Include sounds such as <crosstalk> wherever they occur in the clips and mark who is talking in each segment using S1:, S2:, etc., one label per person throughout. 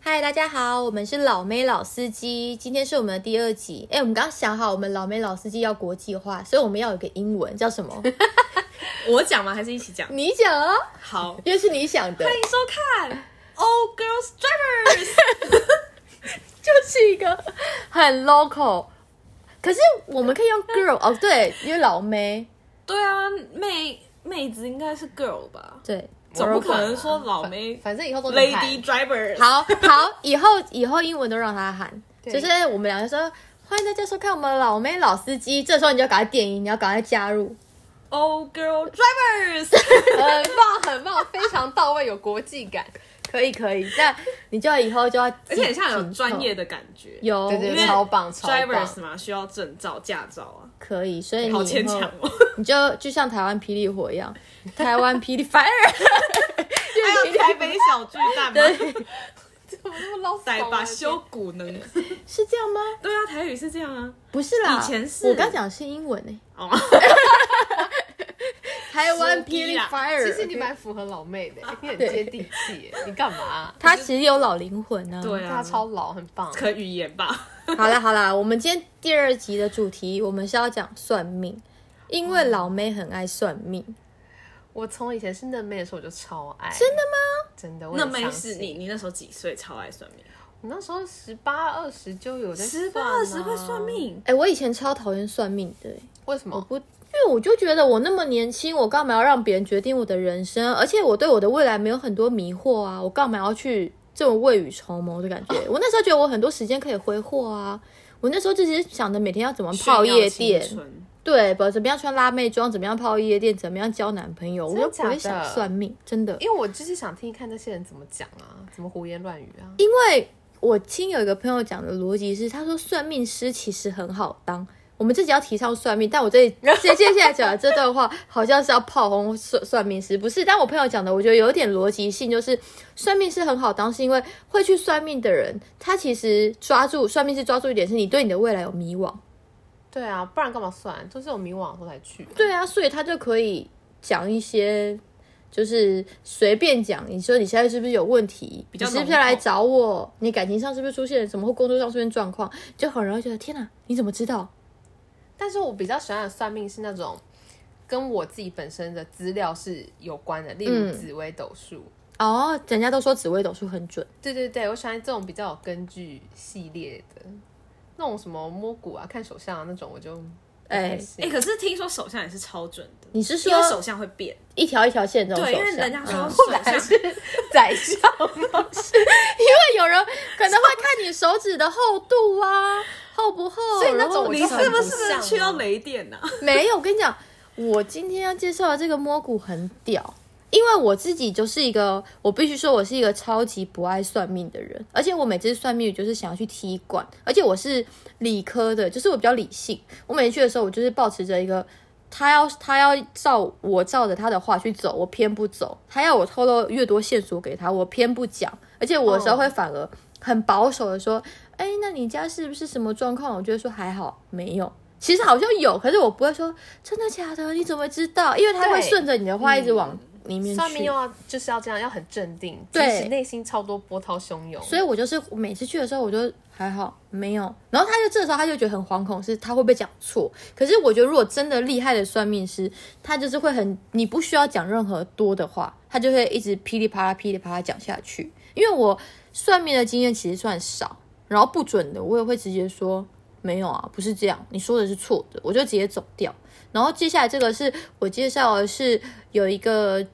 S1: 嗨，大家好，我们是老妹老司机，今天是我们的第二集。哎、我们刚刚想好，我们老妹老司机要国际化，所以我们要有一个英文叫什 <laughs> 么？
S2: 我讲吗？还是一起讲？
S1: 你讲啊，
S2: 好，
S1: 因为是你想的
S2: 欢，迎收看《All Girls Drivers
S1: 就是一个 <laughs> 很 local。可是我们可以用 girl 哦，对，因为老妹，》。
S2: 对啊，妹妹子应该是 girl 吧？
S1: 对，
S2: 总不可能说老妹
S3: 反正以后都能看
S2: lady driver。
S1: 好好，以后以后英文都让他喊，
S3: 对
S1: 就是我们两个说欢迎大家收看我们老妹老司机，这时候你就赶快点音，你要赶快加入。
S2: All Girl Drivers。
S3: 很棒，很棒，非常到位，有国际感。
S1: 可以可以，那你就要以后就要，而
S2: 而且很像有专业的感觉，
S1: 有
S3: 对对
S1: 因
S3: 对
S1: 为
S3: 超棒超棒
S2: drivers 嘛，需要证照、驾照啊，
S1: 可以，所以你
S2: 好
S1: 以
S2: 牵强
S1: 后
S2: 哦。
S1: 你就就像台湾霹雳火一样，台湾霹雳 <laughs> fire，
S2: 还有台北小巨蛋吗？
S1: 对，
S3: <laughs> 怎么那么老
S2: 塞
S3: 手
S2: 吧
S3: 啊
S2: 修骨能。
S1: 是这样吗？
S2: 对啊，台语是这样啊。
S1: 不是啦，
S2: 以前是
S1: 我刚讲的是英文呢、
S2: 哦，
S1: 台湾
S2: 是
S1: 霹雳
S2: 啦
S1: fire，
S3: 其实你蛮符合
S2: <laughs>
S3: 老妹的，你很接地气耶。你干嘛？
S1: 他其实有老灵魂呢、啊。
S2: 对啊
S3: 她，超老，很棒。
S2: 可语言吧？
S1: 好啦好啦，我们今天第二集的主题，我们是要讲算命，因
S2: 哦
S1: 为老妹很爱算命。
S3: 我从以前是嫩妹的时候，我就超爱。
S1: 真的
S3: 吗？真的，我
S2: 那
S3: 很
S2: 没
S3: 相
S2: 事，
S3: 信
S2: 你。你那时候几岁？超爱算命，
S3: 我那时候十八二十就有在
S2: 十八
S3: 算啊
S2: 二十会算？命，
S1: 哎、我以前超讨厌算命的、欸
S3: 为什
S1: 我
S3: 么？
S1: 不，因为我就觉得我那么年轻，我干嘛要让别人决定我的人生？而且我对我的未来没有很多迷惑啊，我干嘛要去这种未雨绸缪的感觉？我那时候觉得我很多时间可以挥霍啊，我那时候就只是想着每天要怎么泡夜店
S2: 炫耀青，春
S1: 对，不怎么样穿辣妹装，怎么样泡夜店，怎么样交男朋友，我
S3: 真的
S1: 就不会
S3: 假
S1: 想
S3: 的
S1: 算命，真的，
S3: 因为我就是想听看那些人怎么讲啊，怎么胡言乱语啊。
S1: 因为我听有一个朋友讲的逻辑是，他说算命师其实很好当。我们自己要提倡算命，但我这里接接下来讲的这段话好像是要炮轰算算命师，不是？但我朋友讲的，我觉得有点逻辑性，就是算命师很好当，是因为会去算命的人，他其实抓住算命师抓住一点是你对你的未来有迷惘，
S3: 对啊，不然干嘛算？就是有迷惘的时候才去啊。
S1: 对啊，所以他就可以讲一些，就是随便讲。你说你现在是不是有问题？
S2: 较
S1: 你是不是
S2: 笼统
S1: 来找我？你感情上是不是出现了什么，或工作上出现状况？就很容易觉得天哪，你怎么知道？
S3: 但是我比较喜欢的算命是那种跟我自己本身的资料是有关的，例如
S1: 嗯
S3: 紫微斗数。
S1: 哦，人家都说紫微斗数很准，
S3: 对对对，我喜欢这种比较有根据系列的，那种什么摸骨啊、看手相啊那种，我就不
S1: 哎
S3: 太信
S2: 哎、可是听说手相也是超准的，
S1: 你是
S2: 因为
S1: 说
S2: 手相会变，
S1: 一条一条线这种
S2: 对，
S1: 手
S2: 因为人
S1: 相
S2: 家
S1: 嗯
S2: 说手
S3: 还
S2: 相
S3: 是宰相吗？
S1: <laughs> 会有人可能会看你手指的厚度啊，厚不厚？
S3: 所以那
S1: 然后
S3: 种
S1: 你
S2: 你
S3: 我
S2: 是
S3: 很
S2: 不
S3: 不
S2: 是
S3: 像
S2: 去到
S3: 啊
S2: 雷电呐、啊？
S1: <laughs> 没有，我跟你讲，我今天要介绍的这个摸骨很屌，因为我自己就是一个，我必须说我是一个超级不爱算命的人，而且我每次算命就是想要去踢馆，而且我是理科的，就是我比较理性，我每次去的时候，我就是保持着一个。他要他要照我照着他的话去走，我偏不走。他要我透露越多线索给他，我偏不讲。而且我有时候会反而很保守的说：“哎、那你家是不是什么状况？”我就会说还好，没有。其实好像有，可是我不会说真的假的，你怎么会知道？因为他会
S3: 对
S1: 顺着你的话一直往里面去。
S3: 算命又要就是要这样，要很镇定，即
S1: 对
S3: 使内心超多波涛汹涌。啊
S1: 所以我就是每次去的时候，我就还好没有。然后他就这时候他就觉得很惶恐，是他会不会讲错？可是我觉得如果真的厉害的算命师，他就是会很，你不需要讲任何多的话，他就会一直噼里啪啦噼里啪啦讲下去。因为我算命的经验其实算少，然后不准的我也会直接说没有啊，不是这样，你说的是错的，我就直接走掉。然后接下来这个是我介绍的是有一个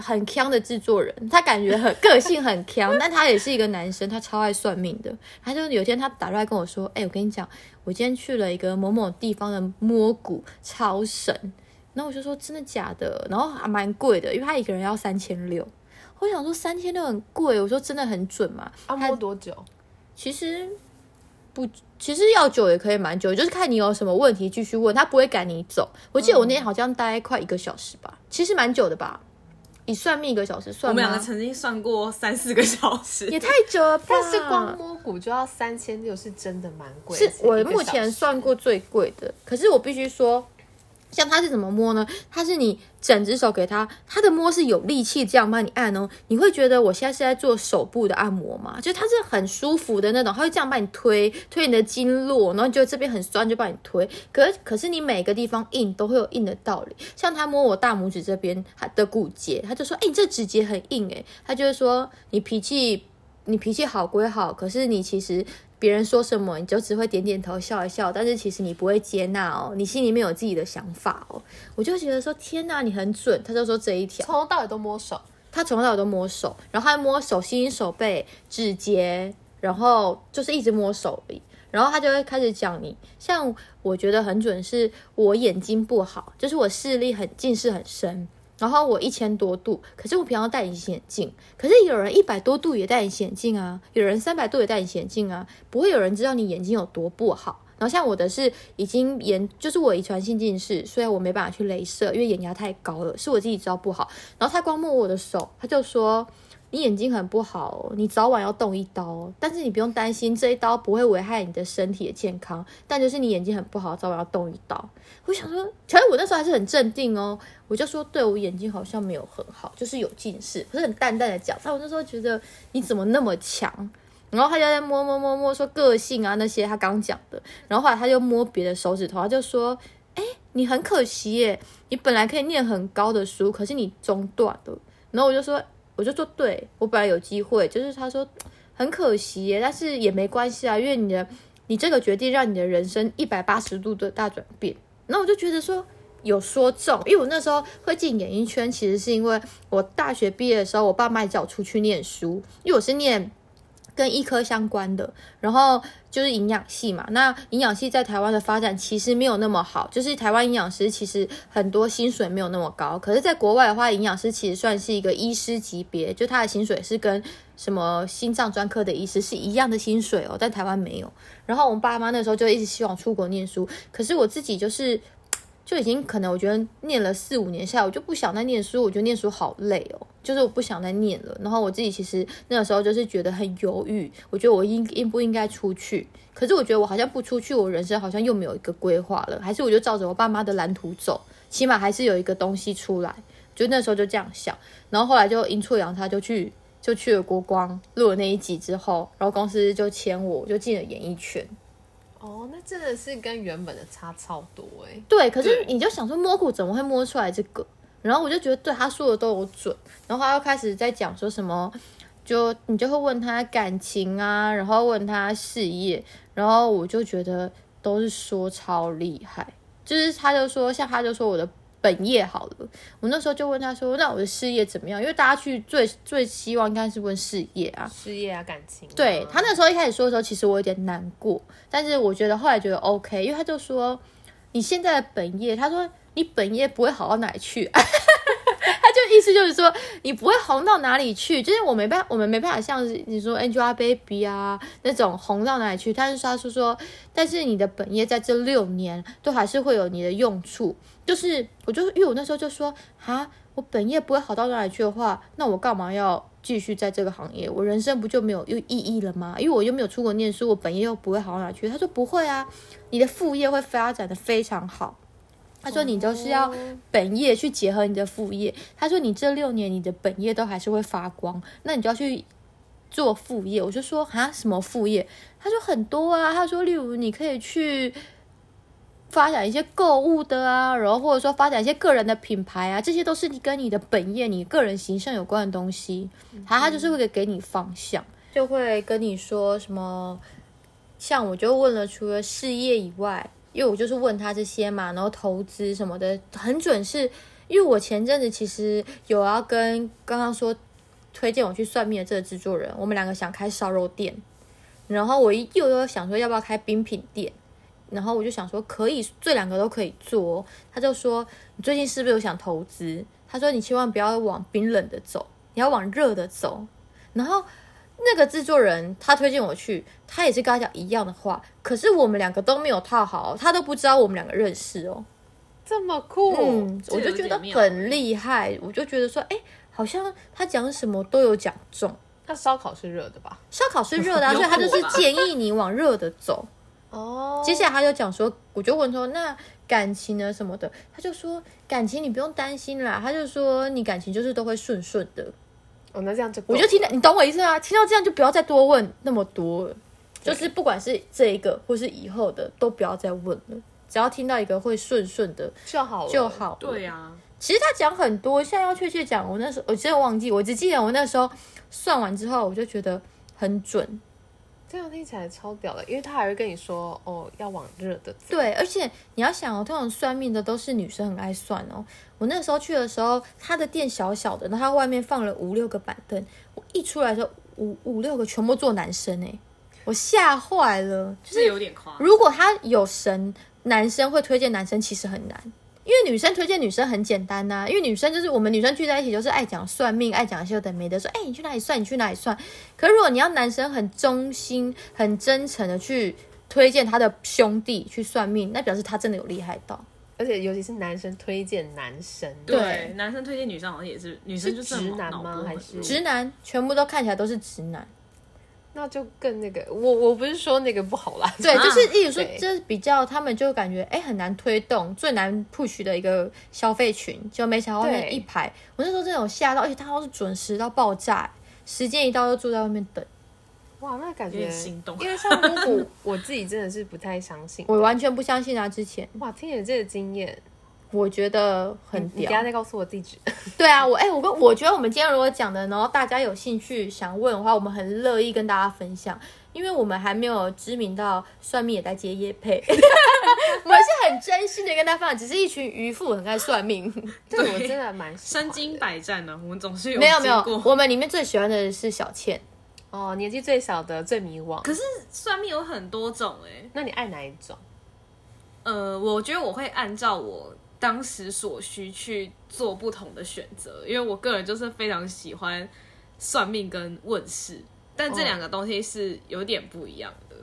S1: 很强的制作人，他感觉很个性很强， <laughs> 但他也是一个男生，他超爱算命的。他就有一天他打电话跟我说：“哎、我跟你讲，我今天去了一个某某地方的摸骨超神。”然后我就说：“真的假的？”然后还蛮贵的，因为他一个人要三千六。我想说三千六很贵，我说真的很准嘛？
S3: 按
S1: 他
S3: 摸多久？
S1: 其实不，其实要久也可以蛮久，就是看你有什么问题继续问，他不会赶你走。我记得我那天
S2: 嗯
S1: 好像待快一个小时吧，其实蛮久的吧。以算命一个小时
S2: 我
S1: 算
S2: 们两
S1: 吗
S2: 个？曾经算过三四个小时
S1: 也，太久了吧？
S3: 但是光摸骨就要三千六，是真的蛮贵的。
S1: 是我
S3: 一个
S1: 目
S3: 小
S1: 前
S3: 时
S1: 算过最贵的，可是我必须说，像它是怎么摸呢？它是你整只手给它，它的摸是有力气这样帮你按哦，你会觉得我现在是在做手部的按摩嘛？就它是很舒服的那种，它会这样帮你推推你的经络，然后你觉得这边很酸就帮你推。可可是你每个地方硬都会有硬的道理，像他摸我大拇指这边它的骨节，他就说：“哎、你这指节很硬哎、他就会说：“你脾气你脾气好归好，可是你其实别人说什么，你就只会点点头笑一笑，但是其实你不会接纳哦，你心里面有自己的想法哦。我就觉得说，天哪，你很准。他就说这一条，
S3: 从头到尾都摸手，
S1: 他从头到尾都摸手，然后还摸手心、手背、指节，然后就是一直摸手臂。然后他就会开始讲你，像我觉得很准，是我眼睛不好，就是我视力很近视很深，然后我一千多度，可是我平常戴隐形眼镜，可是有人一百多度也戴隐形眼镜啊，有人三百度也戴隐形眼镜啊，不会有人知道你眼睛有多不好。然后像我的是已经严，就是我遗传性近视，所以我没办法去镭射，因为眼压太高了，是我自己知道不好。然后他光摸我的手，他就说你眼睛很不好哦、你早晚要动一刀、哦，但是你不用担心，这一刀不会危害你的身体的健康，但就是你眼睛很不好，早晚要动一刀。我想说，可是我那时候还是很镇定哦，我就说对我眼睛好像没有很好，就是有近视，可是很淡淡的讲。但我那时候觉得你怎么那么强？然后他就在摸摸摸摸说个性啊那些他刚讲的，然后后来他就摸别的手指头，他就说：“哎，你很可惜耶，你本来可以念很高的书，可是你中断了。”然后我就说，我就说，对我本来有机会，就是他说嗯很可惜耶，但是也没关系啊，因为你的你这个决定让你的人生一百八十度的大转变。然后我就觉得说有说中，因为我那时候会进演艺圈，其实是因为我大学毕业的时候，我爸妈也叫我出去念书，因为我是念。跟医科相关的，然后就是营养系嘛。那营养系在台湾的发展其实没有那么好，就是台湾营养师其实很多薪水没有那么高。可是，在国外的话，营养师其实算是一个医师级别，就他的薪水是跟什么心脏专科的医师是一样的薪水哦，但台湾没有。然后我们爸妈那时候就一直希望我出国念书，可是我自己就是。就已经可能，我觉得念了四五年下来，我就不想再念书，我觉得念书好累哦，就是我不想再念了。然后我自己其实那个时候就是觉得很犹豫，我觉得我应应不应该出去？可是我觉得我好像不出去，我人生好像又没有一个规划了，还是我就照着我爸妈的蓝图走，起码还是有一个东西出来。就那时候就这样想，然后后来就阴错阳差就去就去了国光录了那一集之后，然后公司就签我，我就进了演艺圈。
S3: 哦，那真的是跟原本的差超多哎、
S1: 对，可是你就想说摸骨怎么会摸出来这个？然后我就觉得对他说的都有准，然后他又开始在讲说什么，就你就会问他感情啊，然后问他事业，然后我就觉得都是说超厉害，就是他就说像他就说我的本业好了，我那时候就问他说那我的事业怎么样？因为大家去最最希望应该是问事业啊，
S3: 事业啊，感情、啊，
S1: 对他那时候一开始说的时候，其实我有点难过，但是我觉得后来觉得 OK，因为他就说你现在的本业，他说你本业不会好到哪里去， <laughs> 他就意思就是说你不会红到哪里去，就是我没办我们没办法像是你说 Angelababy 啊那种红到哪里去，但是他是说，但是你的本业在这六年都还是会有你的用处，就是我就因为我那时候就说啊，我本业不会好到哪里去的话，那我干嘛要继续在这个行业？我人生不就没有又意义了吗？因为我又没有出国念书，我本业又不会好到哪里去。他说不会啊，你的副业会发展的非常好。他说你就是要本业去结合你的副业。他说你这六年你的本业都还是会发光，那你就要去做副业。我就说啊，什么副业？他说很多啊，他说例如你可以去。发展一些购物的啊，然后或者说发展一些个人的品牌啊，这些都是你跟你的本业、你个人形象有关的东西。他他就是会给你方向，就会跟你说什么，像我就问了，除了事业以外，因为我就是问他这些嘛，然后投资什么的很准是，因为我前阵子其实有要跟刚刚说推荐我去算命的这个制作人，我们两个想开烧肉店，然后我一又又想说要不要开冰品店。然后我就想说，可以，这两个都可以做哦。他就说，你最近是不是有想投资？他说，你千万不要往冰冷的走，你要往热的走。然后那个制作人他推荐我去，他也是跟他讲一样的话，可是我们两个都没有套好哦，他都不知道我们两个认识哦。
S3: 这么酷，
S1: 嗯，我就觉得很厉害，我就觉得说，哎，好像他讲什么都有讲中。
S3: 那烧烤是热的吧？
S1: 烧烤是热的、啊， <laughs>
S2: 有
S1: 所以他就是
S2: 苦吧
S1: 建议你往热的走。
S3: 哦，
S1: 接下来他就讲说，我就问说，那感情啊什么的，他就说感情你不用担心啦，他就说你感情就是都会顺顺的。
S3: 哦，那这样就够
S1: 我就听到你懂我意思啊，听到这样就不要再多问那么多了，就是不管是这一个或是以后的，都不要再问了。只要听到一个会顺顺的
S3: 就好了
S1: 就。好了。
S2: 对啊，
S1: 其实他讲很多，现在要确切讲，我那时候我真的忘记，我只记得我那时候算完之后，我就觉得很准。
S3: 这样听起来超屌的，因为他还会跟你说哦，要往热的走。
S1: 对，而且你要想哦，通常算命的都是女生很爱算哦。我那时候去的时候，他的店小小的，然后他外面放了五六个板凳，我一出来的时候，五五六个全部坐男生哎、我吓坏了。就是
S2: 这有点夸张。
S1: 如果他有神，男生会推荐男生其实很难，因为女生推荐女生很简单呐、因为女生就是我们女生聚在一起就是爱讲算命，爱讲一些有的没的，说哎、你去哪里算，你去哪里算。可如果你要男生很忠心、很真诚的去推荐他的兄弟去算命，那表示他真的有厉害到。
S3: 而且尤其是男生推荐男生，
S1: 对
S2: 对，男生推荐女生好像也是，女生就是
S3: 直
S2: 脑
S3: 男
S2: 脑
S3: 吗
S2: 波
S3: 还
S2: 很
S3: 是
S2: 弱
S1: 直男全部都看起来都是直男，
S3: 那就更那个。我我不是说那个不好啦，
S1: 对，就是例如说
S3: 啊对，
S1: 就是比较他们就感觉哎、很难推动，最难 push 的一个消费群，就没想到外面
S3: 对
S1: 一排，我那时候真的有吓到，而且他都是准时到爆炸，时间一到就坐在外面等，
S3: 哇，那感
S2: 有
S3: 觉
S2: 点心动
S3: 因为像摸骨，我自己真的是不太相信。
S1: 我完全不相信啊！之前
S3: 哇，听你这个经验，
S1: 我觉得很屌
S3: 你等一，下再告诉我地址。
S1: 对啊，我哎、我跟我觉得我们今天如果讲的，然后大家有兴趣想问的话，我们很乐意跟大家分享，因为我们还没有知名到算命也在接业配， <laughs> 我们是很真心的跟大家分享，只是一群渔夫很爱算命。
S3: 对我真的蛮喜欢
S2: 身经百战啊呢，我们总是有
S1: 没有没有
S2: 经过，
S1: 我们里面最喜欢的是小倩。
S3: 哦，年纪最小的最迷惘。
S2: 可是算命有很多种哎、
S3: 那你爱哪一种？
S2: 呃，我觉得我会按照我当时所需去做不同的选择，因为我个人就是非常喜欢算命跟问世，但这两个东西是有点不一样的。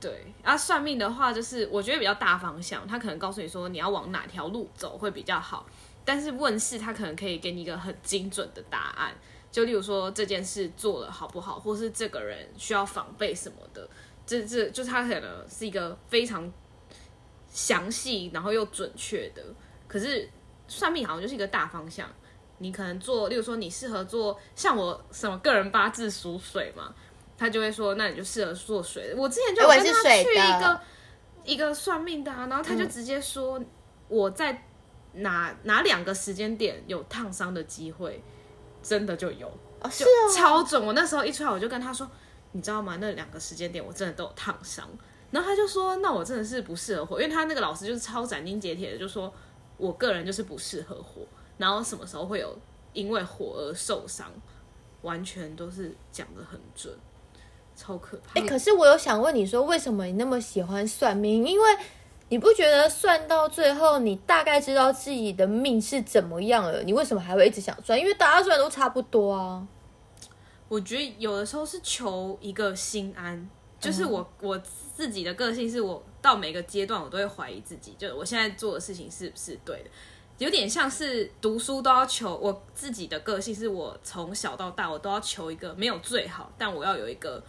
S2: 对，啊，算命的话就是我觉得比较大方向，他可能告诉你说你要往哪条路走会比较好，但是问世他可能可以给你一个很精准的答案，就例如说这件事做了好不好，或是这个人需要防备什么的，这这就是他可能是一个非常详细，然后又准确的。可是算命好像就是一个大方向，你可能做，例如说你适合做，像我什么个人八字属水嘛，他就会说，那你就适合做水的。我之前就有
S1: 哎我
S2: 跟
S1: 也
S2: 他
S1: 是
S2: 去
S1: 水的
S2: 一个一个算命的、啊，然后他就直接说我
S1: 嗯
S2: 在哪哪两个时间点有烫伤的机会，真的就有。
S1: 哦，是
S2: 就超准。我那时候一出来，我就跟他说，你知道吗？那两个时间点我真的都有烫伤。然后他就说，那我真的是不适合火，因为他那个老师就是超斩钉截铁的，就说我个人就是不适合火，然后什么时候会有因为火而受伤，完全都是讲的很准，超可怕。
S1: 哎、可是我有想问你说，为什么你那么喜欢算命？因为你不觉得算到最后，你大概知道自己的命是怎么样了，你为什么还会一直想算？因为大家算都差不多啊。
S2: 我觉得有的时候是求一个心安，就是我、我自己的个性是我到每个阶段我都会怀疑自己，就是我现在做的事情是不是对的，有点像是读书都要求我自己的个性是我从小到大我都要求一个没有最好，但我要有一个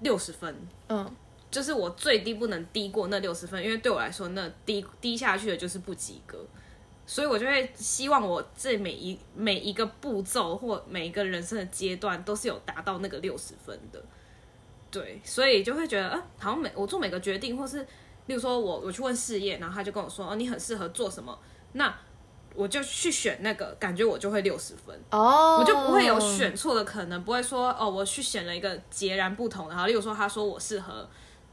S2: 六十分，
S1: 嗯，
S2: 就是我最低不能低过那六十分，因为对我来说，那低低下去的就是不及格，所以我就会希望我这每一每一个步骤或每一个人生的阶段都是有达到那个六十分的，对，所以就会觉得，啊，好像每我做每个决定，或是例如说我我去问事业，然后他就跟我说，哦，你很适合做什么，那我就去选那个，感觉我就会六十分，
S1: 哦，
S2: 我就不会有。选错的可能，不会说哦，我去选了一个截然不同的。然后，例如说他说我适合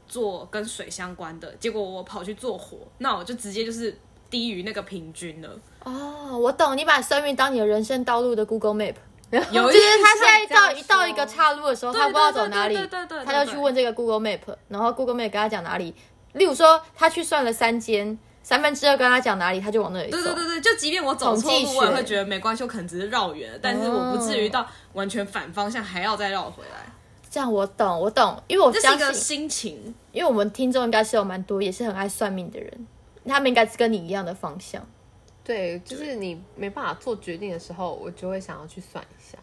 S2: 做跟水相关的，结果我跑去做火，那我就直接就是低于那个平均了。
S1: 哦，我懂，你把算命当你的人生道路的 Google Map。
S2: 有
S1: 就
S2: 一
S1: 是
S2: 点
S1: 他现在
S3: 像这样
S1: 到一到一个
S3: 说
S1: 岔路的时候，
S2: 对
S1: 他不知道走哪里
S2: 对对对对，对
S1: 他就去问这个 Google Map，然后 Google Map 跟他讲哪里。例如说，他去算了三间，三分之二跟他讲哪里，他就往那里走。
S2: 对对对对，就即便我走错
S1: 统计
S2: 路，我也
S1: 学哦
S2: 会觉得没关系，我可能只是绕远了，但是我不至于到完全反方向还要再绕回来。
S1: 这样我懂，我懂，因为我
S2: 这是
S1: 相
S2: 一个
S1: 信，
S2: 心情，
S1: 因为我们听众应该是有蛮多也是很爱算命的人，他们应该是跟你一样的方向。
S3: 对，就是你没办法做决定的时候，我就会想要去算一下。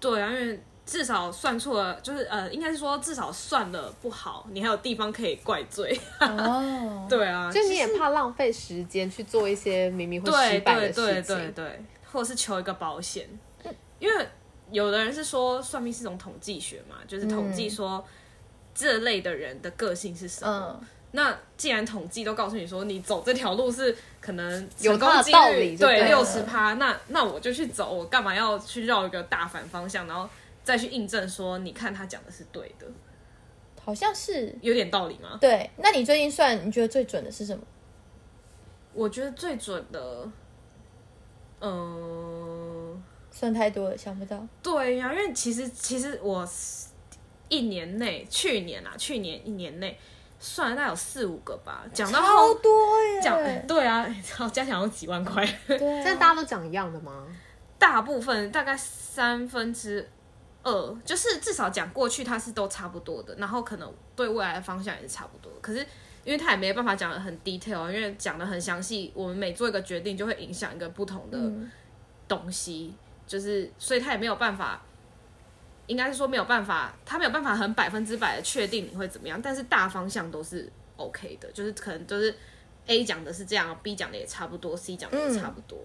S2: 对啊，因为至少算错了，就是呃，应该是说至少算了不好，你还有地方可以怪罪。 <laughs>
S1: 哦，
S2: 对啊，
S3: 就你也怕浪费时间去做一些明明会失
S2: 对
S3: 败的
S2: 对
S3: 事情。
S2: 对对对，或者是求一个保险，因为有的人是说算命是一种统计学嘛，就是统
S3: 嗯
S2: 计说这类的人的个性是什么。
S1: 嗯，
S2: 那既然统计都告诉你说你走这条路是可能
S3: 有
S2: 成功
S3: 它的
S2: 几
S3: 道
S2: 率
S3: 理就
S2: 对
S3: 对
S2: 六
S3: 了
S2: 十趴，那那我就去走，我干嘛要去绕一个大反方向，然后再去印证说你看他讲的是对的，
S1: 好像是
S2: 有点道理吗？
S1: 对。那你最近算，你觉得最准的是什么？
S2: 我觉得最准的，嗯、
S1: 算太多了，想不到。
S2: 对呀、因为其实其实我一年内，去年啊，去年一年内算了大概有四五个吧，讲到
S1: 超
S2: 后
S1: 多耶！
S2: 讲 <laughs> 对啊，好加起来有几万块，
S1: 对啊，
S3: 但大家都讲一样的吗？
S2: 大部分大概三分之二，就是至少讲过去它是都差不多的，然后可能对未来的方向也是差不多的，可是。因为他也没办法讲的很 detail，啊因为讲的很详细，我们每做一个决定就会影响一个不同的
S1: 嗯
S2: 东西，就是所以他也没有办法，应该是说没有办法，他没有办法很百分之百的确定你会怎么样，但是大方向都是 OK 的，就是可能就是 A 讲的是这样，B 讲的也差不多，C 讲的也差不多。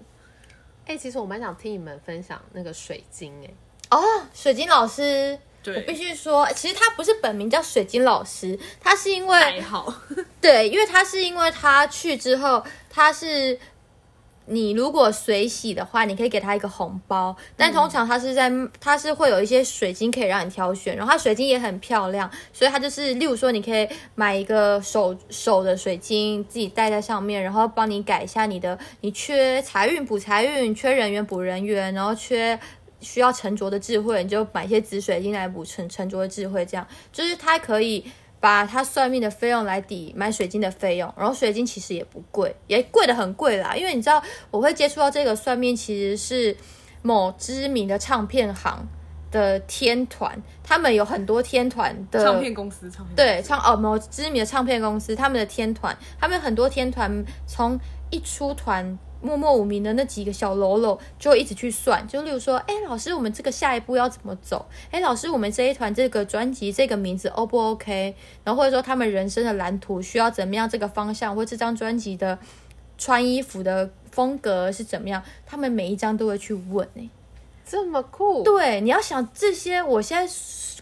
S3: 哎、其实我蛮想听你们分享那个水晶哎、
S1: 哦，水晶老师，
S2: 对，
S1: 我必须说，其实他不是本名叫水晶老师，他是因为
S2: 还好，
S1: 对，因为他是因为他去之后，他是你如果水洗的话，你可以给他一个红包，但通常他是在他是会有一些水晶可以让你挑选，然后他水晶也很漂亮，所以他就是例如说你可以买一个手手的水晶，自己戴在上面，然后帮你改一下你的你缺财运补财运，缺人缘补人缘，然后缺。需要沉着的智慧，你就买一些紫水晶来补沉沉着的智慧，这样就是它可以把他算命的费用来抵买水晶的费用，然后水晶其实也不贵，也贵的很贵啦。因为你知道，我会接触到这个算命，其实是某知名的唱片行的天团，他们有很多天团的
S2: 唱片公司，唱
S1: 呃
S2: 片公司
S1: 对，唱哦某知名的唱片公司，他们的天团，他们很多天团从一出团默默无名的那几个小喽啰，就会一直去算，就例如说，哎，老师，我们这个下一步要怎么走？哎，老师，我们这一团这个专辑这个名字 O 不 OK？然后或者说他们人生的蓝图需要怎么样这个方向，或这张专辑的穿衣服的风格是怎么样，他们每一张都会去问、欸
S3: 这么酷，
S1: 对，你要想这些，我现在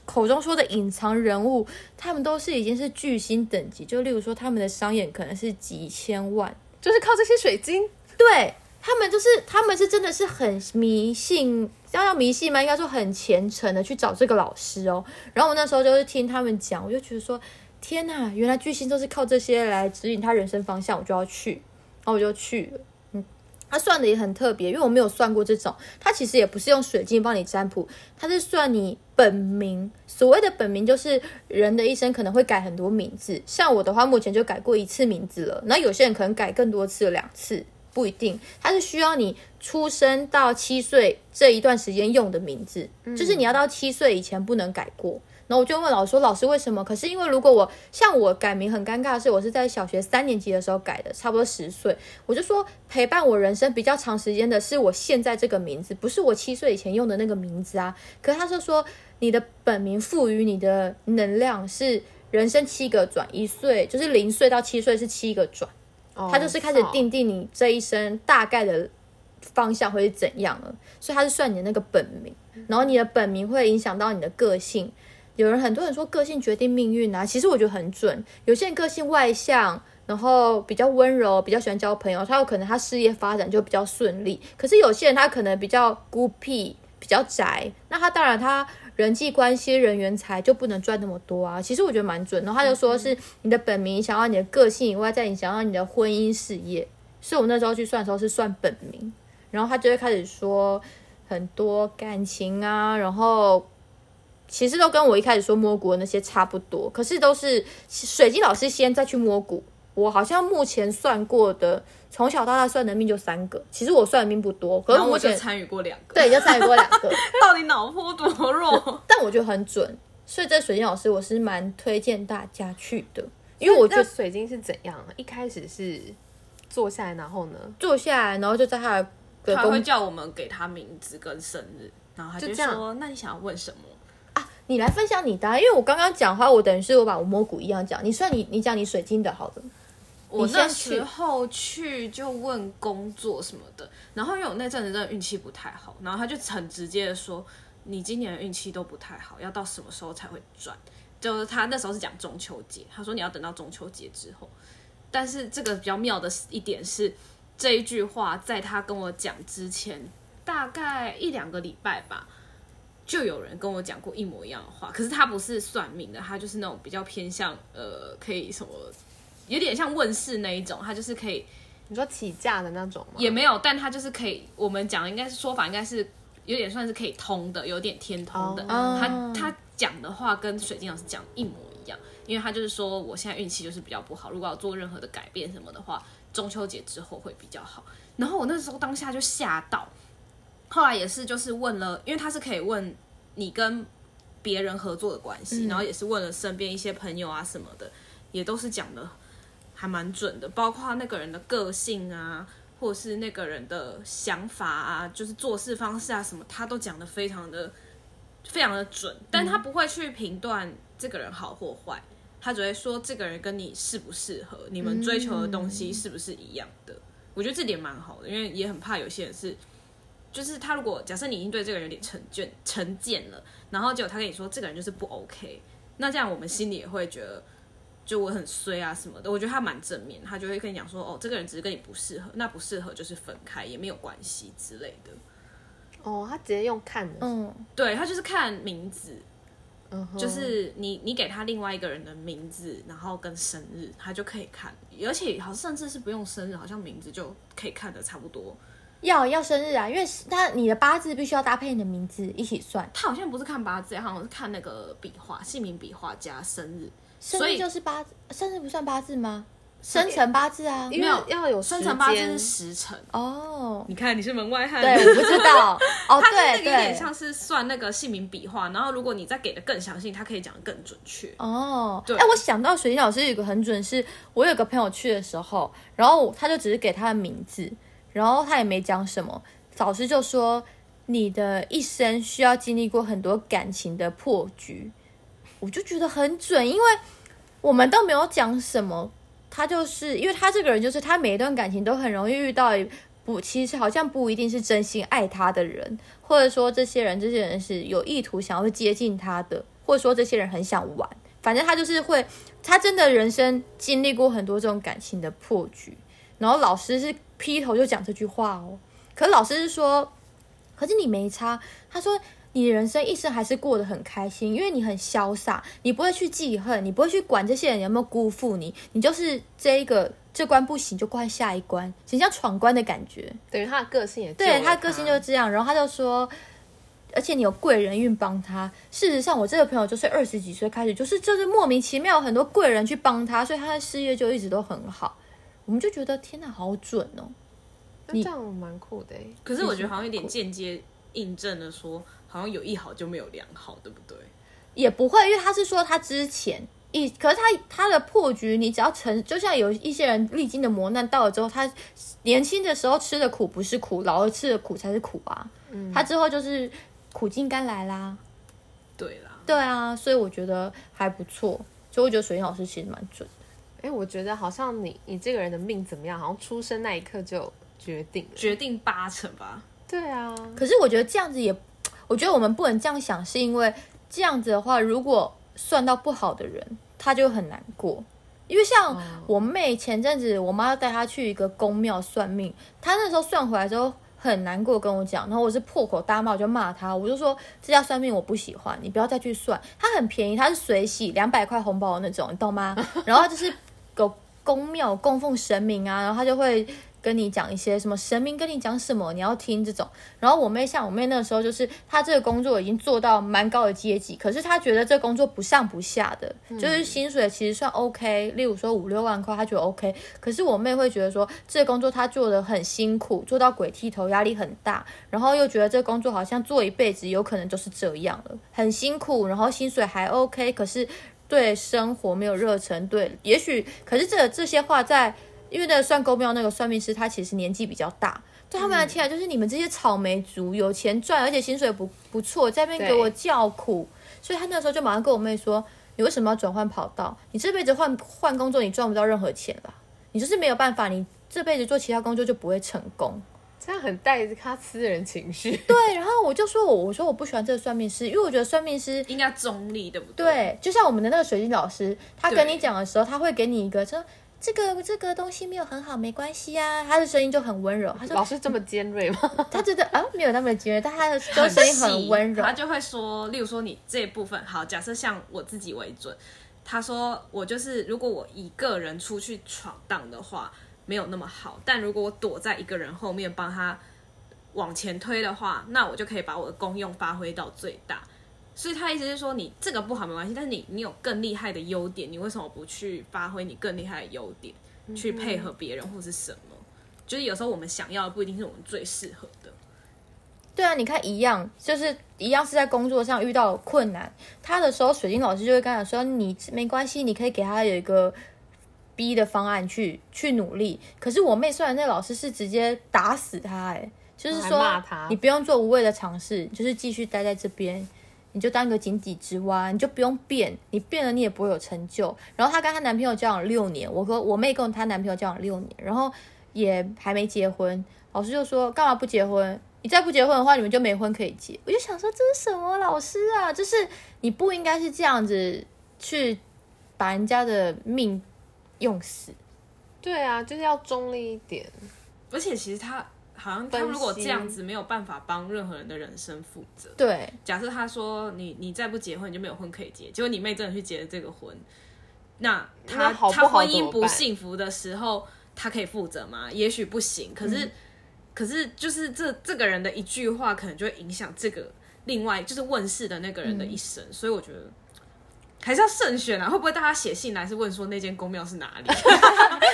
S1: 口中说的隐藏人物，他们都是已经是巨星等级，就例如说他们的商演可能是几千万，
S3: 就是靠这些水晶。
S1: 对他们就是他们是真的是很迷信，要要迷信吗？应该说很虔诚的去找这个老师哦。然后我那时候就是听他们讲，我就觉得说，天呐，原来巨星都是靠这些来指引他人生方向，我就要去，然后我就去了。嗯，他算的也很特别，因为我没有算过这种。他其实也不是用水晶帮你占卜，他是算你本名。所谓的本名就是人的一生可能会改很多名字，像我的话，目前就改过一次名字了。那有些人可能改更多次，两次不一定。他是需要你出生到七岁这一段时间用的名字，就是你要到七岁以前不能改过。然后我就问老师说：“老师为什么？”可是因为如果我像我改名很尴尬的是，我是在小学三年级的时候改的，差不多十岁。我就说陪伴我人生比较长时间的是我现在这个名字，不是我七岁以前用的那个名字啊。可是他是说你的本名赋予你的能量是人生七个转，一岁就是零岁到七岁是七个转。
S3: 哦
S1: 他就是开始
S3: 好
S1: 定定你这一生大概的方向会是怎样了，所以他是算你的那个本名，然后你的本名会影响到你的个性。有人很多人说个性决定命运啊，其实我觉得很准。有些人个性外向，然后比较温柔，比较喜欢交朋友，他有可能他事业发展就比较顺利。可是有些人他可能比较孤僻，比较宅，那他当然他人际关系、人缘财就不能赚那么多啊。其实我觉得蛮准。然后他就说是你的本名影响到你的个性以外，再影响到你的婚姻事业。所以我那时候去算的时候是算本名，然后他就会开始说很多感情啊，然后其实都跟我一开始说摸骨的那些差不多，可是都是水晶老师先再去摸骨。我好像目前算过的，从小到大算的命就三个。其实我算的命不多，可
S2: 然
S1: 是
S2: 后
S1: 我目
S2: 我就
S1: 前
S2: 参与过两个， <laughs>
S1: 对，就参与过两个。
S2: 到底脑波多
S1: <laughs>
S2: 弱？
S1: 但我觉得很准，所以这水晶老师我是蛮推荐大家去的，因为我就
S3: 那水晶是怎样？一开始是坐下来，然后呢，
S1: 坐下来，然后就在他的
S2: 他会
S1: 工
S2: 叫我们给他名字跟生日，然后他
S3: 就
S2: 就
S3: 这样
S2: 说：“那你想要问什么？”
S1: 你来分享你的、啊，因为我刚刚讲话，我等于是我把我摸骨一样讲。你算你你讲你水晶的好了，
S2: 我
S1: 你
S2: 那
S1: 先去
S2: 时候去就问工作什么的，然后因为我那阵子真的运气不太好，然后他就很直接的说，你今年的运气都不太好，要到什么时候才会转？就是他那时候是讲中秋节，他说你要等到中秋节之后。但是这个比较妙的一点是，这一句话在他跟我讲之前，大概一两个礼拜吧，就有人跟我讲过一模一样的话。可是他不是算命的，他就是那种比较偏向呃，可以什么，有点像问世那一种，他就是可以
S3: 你说起价的那种吗？
S2: 也没有，但他就是可以，我们讲的应该是说法，应该是有点算是可以通的，有点天通的。
S1: 哦
S2: 他他讲的话跟水晶老师讲一模一样，因为他就是说我现在运气就是比较不好，如果要做任何的改变什么的话，中秋节之后会比较好。然后我那时候当下就吓到，后来也是就是问了，因为他是可以问你跟别人合作的关系，然后也是问了身边一些朋友啊什么的，也都是讲的还蛮准的，包括那个人的个性啊，或者是那个人的想法啊，就是做事方式啊什么，他都讲的非常的非常的准，但他不会去评断这个人好或坏，他只会说这个人跟你适不适合，你们追求的东西是不是一样的。我觉得这点蛮好的，因为也很怕有些人是。就是他如果假设你已经对这个人有点成见成见了，然后结果他跟你说这个人就是不 OK，那这样我们心里也会觉得就我很衰啊什么的。我觉得他蛮正面，他就会跟你讲说，哦，这个人只是跟你不适合，那不适合就是分开，也没有关系之类的。
S3: 哦，他直接用看的，
S1: 嗯，
S2: 对他就是看名字，
S3: 嗯哼，
S2: 就是你你给他另外一个人的名字，然后跟生日，他就可以看，而且好像甚至是不用生日，好像名字就可以看的差不多。
S1: 要要生日啊，因为他你的八字必须要搭配你的名字一起算，
S2: 他好像不是看八字，他好像是看那个笔画、姓名笔画加生日，
S1: 生
S2: 所
S1: 日
S2: 以
S1: 就是八字，生日不算八字吗？生辰八字啊，
S3: 因为
S2: 没有
S3: 要有
S2: 生
S3: 时
S2: 辰八字
S3: 间
S2: 是时辰。 <laughs>
S1: 哦，
S2: 你看你是门外汉，
S1: 对，我不知道，哦，
S2: 它
S1: 对
S2: 是那个有点
S1: 对，
S2: 像是算那个姓名笔画，然后如果你再给的更详细，它可以讲的更准确。
S1: 哦，
S2: 对
S1: 哎、我想到水晶老师有一个很准是，我有个朋友去的时候，然后他就只是给他的名字，然后他也没讲什么，老师就说你的一生需要经历过很多感情的破局，我就觉得很准，因为我们都没有讲什么，他就是因为他这个人就是他每一段感情都很容易遇到一不，其实好像不一定是真心爱他的人，或者说这些人这些人是有意图想要接近他的，或者说这些人很想玩，反正他就是会，他真的人生经历过很多这种感情的破局，然后老师是劈头就讲这句话哦，可是老师是说，可是你没差，他说。你人生一生还是过得很开心，因为你很潇洒，你不会去记恨，你不会去管这些人有没有辜负你，你就是这一个这关不行就过下一关，很像闯关的感觉。
S3: 等于他的个性也
S1: 对
S3: 救了
S1: 他个性就是这样，然后他就说，而且你有贵人运帮他。事实上，我这个朋友就是二十几岁开始，就是就是莫名其妙有很多贵人去帮他，所以他的事业就一直都很好。我们就觉得天哪，好准哦！
S3: 那这样蛮酷的欸，
S2: 可是我觉得好像有点间接印证了说，好像有一好就没有两好，对不对？
S1: 也不会，因为他是说他之前一，可是他他的破局，你只要成，就像有一些人历经的磨难到了之后，他年轻的时候吃的苦不是苦，老了吃的苦才是苦啊。他之后就是苦尽甘来啦。
S2: 对啦，
S1: 对啊，所以我觉得还不错，所以我觉得水晶老师其实蛮准的。
S3: 哎，我觉得好像你你这个人的命怎么样，好像出生那一刻就决定了。
S2: 决定八成吧。
S3: 对啊，
S1: 可是我觉得这样子也，我觉得我们不能这样想，是因为这样子的话，如果算到不好的人，他就很难过。因为像我妹前阵子，我妈要带她去一个宫庙算命，她那时候算回来之后很难过，跟我讲，然后我是破口大骂，我就骂她，我就说这家算命我不喜欢，你不要再去算，它很便宜，它是随喜两百块红包的那种，你懂吗？然后它就是有宫庙供奉神明啊，然后他就会跟你讲一些什么神明跟你讲什么，你要听这种。然后我妹像我妹那个时候，就是她这个工作已经做到蛮高的阶级，可是她觉得这工作不上不下的，就是薪水其实算 OK，例如说五六万块，她觉得 OK。可是我妹会觉得说，这个工作她做的很辛苦，做到鬼剃头，压力很大，然后又觉得这工作好像做一辈子有可能就是这样了，很辛苦，然后薪水还 OK，可是对生活没有热忱，对，也许可是这这些话在，因为那个算公庙那个算命师他其实年纪比较大，对他们来啊听来就是你们这些草莓族有钱赚，而且薪水不不错，在那边
S3: 对
S1: 给我叫苦，所以他那时候就马上跟我妹说：“你为什么要转换跑道？你这辈子换换工作，你赚不到任何钱了，你就是没有办法，你这辈子做其他工作就不会成功。”
S3: 这样很带着他私人情绪。 <laughs>
S1: 对，然后我就说我我说我不喜欢这个算命师，因为我觉得算命师
S2: 应该中立，对不对？
S1: 对，就像我们的那个水晶老师，他跟
S2: 对
S1: 你讲的时候，他会给你一个说这个这个东西没有很好，没关系啊，他的声音就很温柔。他说
S3: 老师这么尖锐吗？ <laughs>
S1: 他觉得啊没有那么尖锐，但他的就声音很温柔
S2: 他。就会说，例如说你这部分好，假设像我自己为准，他说我就是如果我一个人出去闯荡的话，没有那么好，但如果我躲在一个人后面帮他往前推的话，那我就可以把我的功用发挥到最大。所以他意思是说，你这个不好没关系，但是你你有更厉害的优点，你为什么不去发挥你更厉害的优点，去配
S1: 嗯
S2: 合别人或是什么？就是有时候我们想要的不一定是我们最适合的。
S1: 对啊，你看一样，就是一样是在工作上遇到困难，他的时候水晶老师就会跟他讲说你没关系，你可以给他有一个 B 的方案去去努力。可是我妹虽然那老师是直接打死他、哎，就是
S3: 还
S1: 说
S3: 骂他
S1: 你不用做无谓的尝试，你就是继续待在这边。你就当一个井底之蛙，你就不用变，你变了你也不会有成就。然后她跟她男朋友交往六年，我和我妹跟她男朋友交往六年，然后也还没结婚。老师就说干嘛不结婚？你再不结婚的话，你们就没婚可以结。我就想说这是什么老师啊？就是你不应该是这样子去把人家的命用死。
S3: 对啊，就是要中立一点。
S2: 而且其实他好像他
S3: 分析
S2: 如果这样子没有办法帮任何人的人生负责。 <laughs>
S1: 对，
S2: 假设他说你你再不结婚你就没有婚可以结，结果你妹真的去结了这个婚，那他
S3: 那好不
S2: 他
S3: 好
S2: 婚
S3: 怎
S2: 姻
S3: 么
S2: 不
S3: 办
S2: 幸福的时候，他可以负责吗？也许不行。可
S1: 嗯
S2: 是、可是就是这这个人的一句话，可能就会影响这个另外就是问世的那个人的
S1: 嗯
S2: 一生。所以我觉得。还是要慎选啊！会不会大家写信来是问说那间公庙是哪里？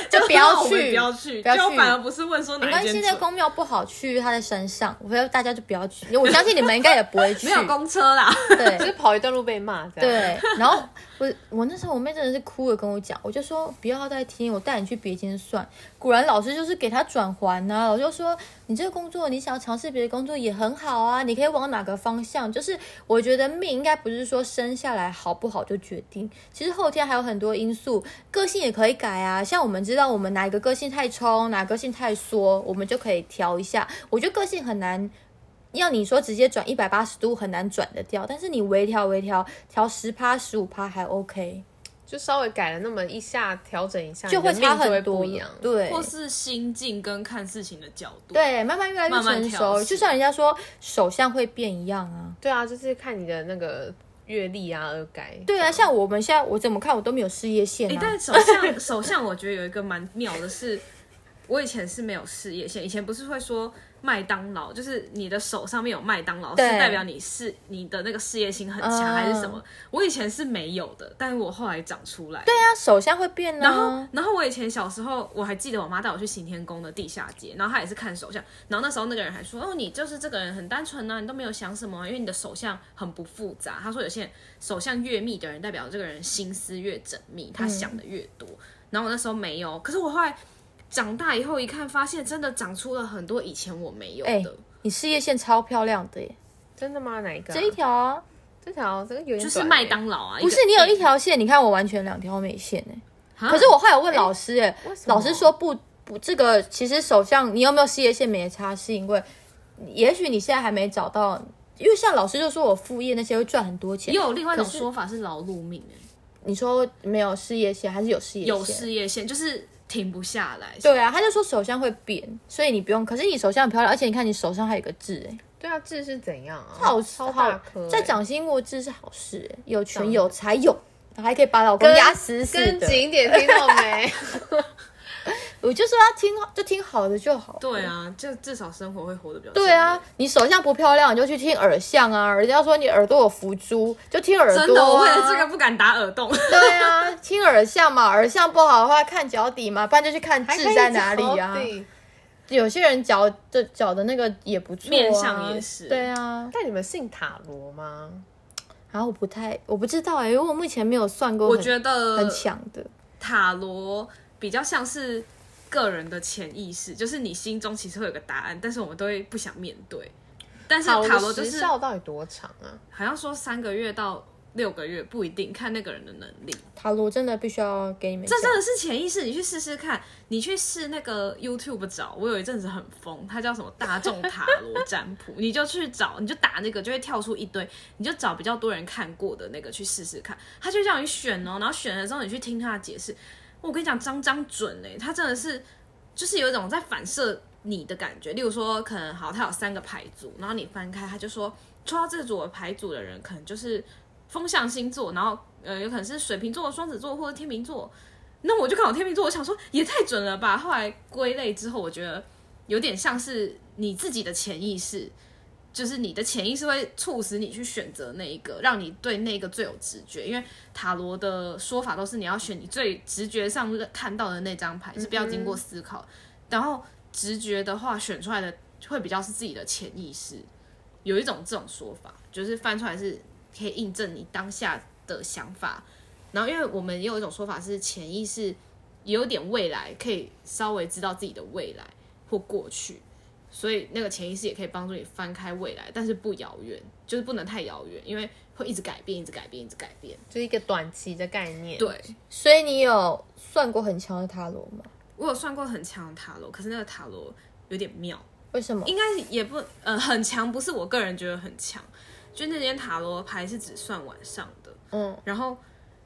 S1: 就不要
S2: <laughs> 我们
S1: 去，
S2: 不要去，
S1: 不要去
S2: 就反而不是问说哪
S1: 没
S2: 一
S1: 关
S2: 间
S1: 系，
S2: 准。
S1: 那个公庙不好去，他在山上，我觉得大家就不要去。我相信你们应该也不会去。
S2: <laughs> 没有公车啦，
S1: 对
S3: 就是跑一段路被骂这样。，
S1: 对，然后我我那时候我妹真的是哭着跟我讲，我就说不要再听，我带你去别间算。果然老师就是给她转环呐、老师就说你这个工作，你想要尝试别的工作也很好啊，你可以往哪个方向？就是我觉得命应该不是说生下来好不好就决定，其实后天还有很多因素，个性也可以改啊。像我们知道我们哪一个个性太冲，哪个性太缩，我们就可以调一下。我觉得个性很难。要你说直接转一百八十度很难转得掉，但是你微调微调调十趴十五趴还 OK，
S3: 就稍微改了那么一下，调整一下，
S1: 就会
S3: 你的
S1: 差
S3: 命就会
S1: 很多
S3: 不
S1: 了。
S3: 一样。
S1: 对，
S2: 或是心境跟看事情的角度。，
S1: 对，慢慢越来越
S2: 慢慢
S1: 成熟，
S2: 调试
S1: 就像人家说手相会变一样啊。
S3: 对啊，就是看你的那个阅历啊而改。
S1: 对啊，像我们现在我怎么看我都没有事业线
S2: 哎、
S1: 啊。
S2: 但首相 <laughs> 首相，我觉得有一个蛮妙的是，我以前是没有事业线，以前不是会说麦当劳，就是你的手上面有麦当劳，是
S1: 对
S2: 代表你是你的那个事业心很强、
S1: 嗯
S2: 还是什么？我以前是没有的，但是我后来长出来。
S1: 对啊，手相会变
S2: 然后
S1: 啊。，
S2: 然后我以前小时候，我还记得我妈带我去行天宫的地下街，然后她也是看手相，然后那时候那个人还说，哦，你就是这个人很单纯啊，你都没有想什么啊、因为你的手相很不复杂。他说有些人手相越密的人，代表这个人心思越缜密，他想的越多。
S1: 嗯
S2: 然后我那时候没有，可是我后来长大以后一看，发现真的长出了很多以前我没有的。
S1: 哎你事业线超漂亮的耶，
S3: 真的吗？哪一个啊、
S1: 这一条啊，
S3: 这条这个有点
S2: 就是
S3: 短欸
S2: 麦当劳啊，
S1: 不是
S2: 一个
S1: 你有一条线，你看我完全两条没线哎。
S2: 啊
S1: 可是我后来问老师哎、
S3: 为什么
S1: 老师说不不，这个其实手相你有没有事业线没差，是因为也许你现在还没找到，因为像老师就说我副业那些会赚很多钱
S2: 也。有另外一种
S1: 可是
S2: 说法是劳碌命、哎
S1: 你说没有事业线还是有事业线？
S2: 有事业线就是停不下来。
S1: 对啊，他就说手相会变，所以你不用。可是你手相很漂亮，而且你看你手上还有一个痣哎、
S3: 对啊，痣是怎样啊？
S1: 好
S3: 超
S1: 好
S3: 大颗欸、
S1: 在掌心握痣是好事、欸，有权有财有，还可以把老公
S3: 跟
S1: 压死死
S3: 跟
S1: 的。
S3: 紧一点，听到
S1: <laughs>
S3: 没？
S1: 我就说要听，就听好的就好。
S2: 对。啊，就至少生活会活得比较
S1: 对啊，你手相不漂亮，你就去听耳相啊。人家说你耳朵有福珠，就听耳朵、啊。
S2: 真的，我为了这个不敢打耳
S1: <laughs>
S2: 洞。
S1: 对啊，听耳相嘛，耳相不好的话看脚底嘛，不然就去看痣在哪里呀、啊
S3: 还可以。找底
S1: 有些人脚的脚的那个也不错、啊，
S2: 面相也是
S1: 对啊，
S3: 但你们信塔罗吗？
S1: 然后我不太我不知道哎、因为我目前没有算过
S2: 我
S1: 很，
S2: 觉得
S1: 很强的。
S2: 塔罗比较像是个人的潜意识，就是你心中其实会有个答案，但是我们都会不想面对。但是
S3: 塔
S2: 塔
S3: 罗
S2: 罗
S3: 的
S2: 就
S3: 时
S2: 是
S3: 效到底多长啊？
S2: 好像说三个月到六个月不一定，看那个人的能力。
S1: 塔罗真的必须要给你们
S2: 这
S1: 讲
S2: 真的是潜意识，你去试试看，你去试那个 YouTube 找，我有一阵子很疯，它叫什么大众塔罗占卜，你就去找，你就打那个，就会跳出一堆，你就找比较多人看过的那个去试试看，他就叫你选哦，然后选了之后你去听他的解释，我跟你讲，张张准哎、他真的是就是有一种在反射你的感觉，例如说可能好，他有三个牌组，然后你翻开，他就说抽到这组的牌组的人可能就是风象星座，然后呃有可能是水瓶座、双子座或者天秤座。那我就看我天秤座，我想说也太准了吧。后来归类之后，我觉得有点像是你自己的潜意识，就是你的潜意识会促使你去选择那一个，让你对那个最有直觉。因为塔罗的说法都是你要选你最直觉上看到的那张牌，是不要经过思考。然后直觉的话，选出来的会比较是自己的潜意识，有一种这种说法，就是翻出来是可以印证你当下的想法。然后，因为我们也有一种说法是潜意识也有点未来，可以稍微知道自己的未来或过去，所以那个潜意识也可以帮助你翻开未来，但是不遥远，就是不能太遥远，因为会一直改变，一直改变，一直改变。
S3: 就是一个短期的概念。，
S2: 对，
S1: 所以你有算过很强的塔罗吗？
S2: 我有算过很强的塔罗，可是那个塔罗有点妙，
S1: 为什么？
S2: 应该也不呃很强，不是我个人觉得很强，就那间塔罗牌是只算晚上的，
S1: 嗯，
S2: 然后